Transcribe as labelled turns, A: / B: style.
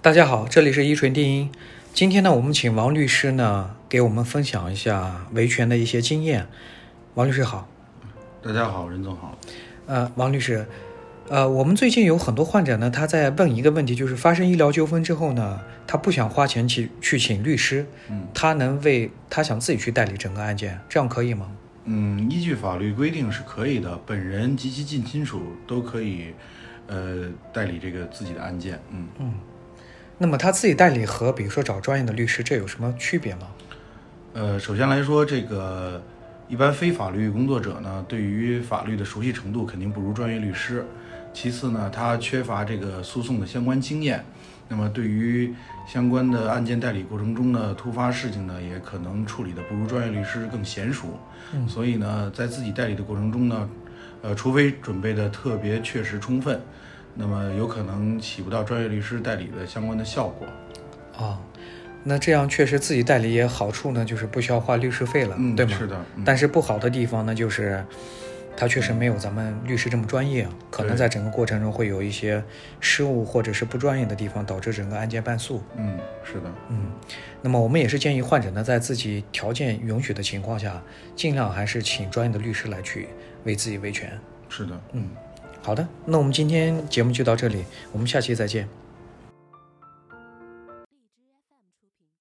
A: 大家好，这里是一锤定音。今天呢，我们请王律师呢给我们分享一下维权的一些经验。王律师好，
B: 大家好，任总好。
A: 呃，王律师，呃，我们最近有很多患者呢，他在问一个问题，就是发生医疗纠纷之后呢，他不想花钱去去请律师，
B: 嗯
A: 他能为他想自己去代理整个案件，这样可以吗？
B: 嗯，依据法律规定是可以的，本人及其近亲属都可以，呃，代理这个自己的案件。嗯，
A: 那么他自己代理和比如说找专业的律师，这有什么区别吗？
B: 呃，首先来说，这个一般非法律工作者呢，对于法律的熟悉程度肯定不如专业律师。其次呢，他缺乏这个诉讼的相关经验，那么对于相关的案件代理过程中的突发事情呢，也可能处理的不如专业律师更娴熟。
A: 嗯
B: 所以呢，在自己代理的过程中呢，呃，除非准备的特别确实充分，那么有可能起不到专业律师代理的相关的效果。哦
A: 啊、那这样确实自己代理也好处呢，就是不需要花律师费了，
B: 嗯，
A: 对吗？
B: 是的，嗯。
A: 但是不好的地方呢，就是他确实没有咱们律师这么专业啊，可能
B: 对
A: 在整个过程中会有一些失误或者是不专业的地方，导致整个案件败诉。
B: 嗯，是的，
A: 嗯，那么我们也是建议患者呢，在自己条件允许的情况下，尽量还是请专业的律师来去为自己维权。
B: 是的。
A: 嗯好的，那我们今天节目就到这里，我们下期再见。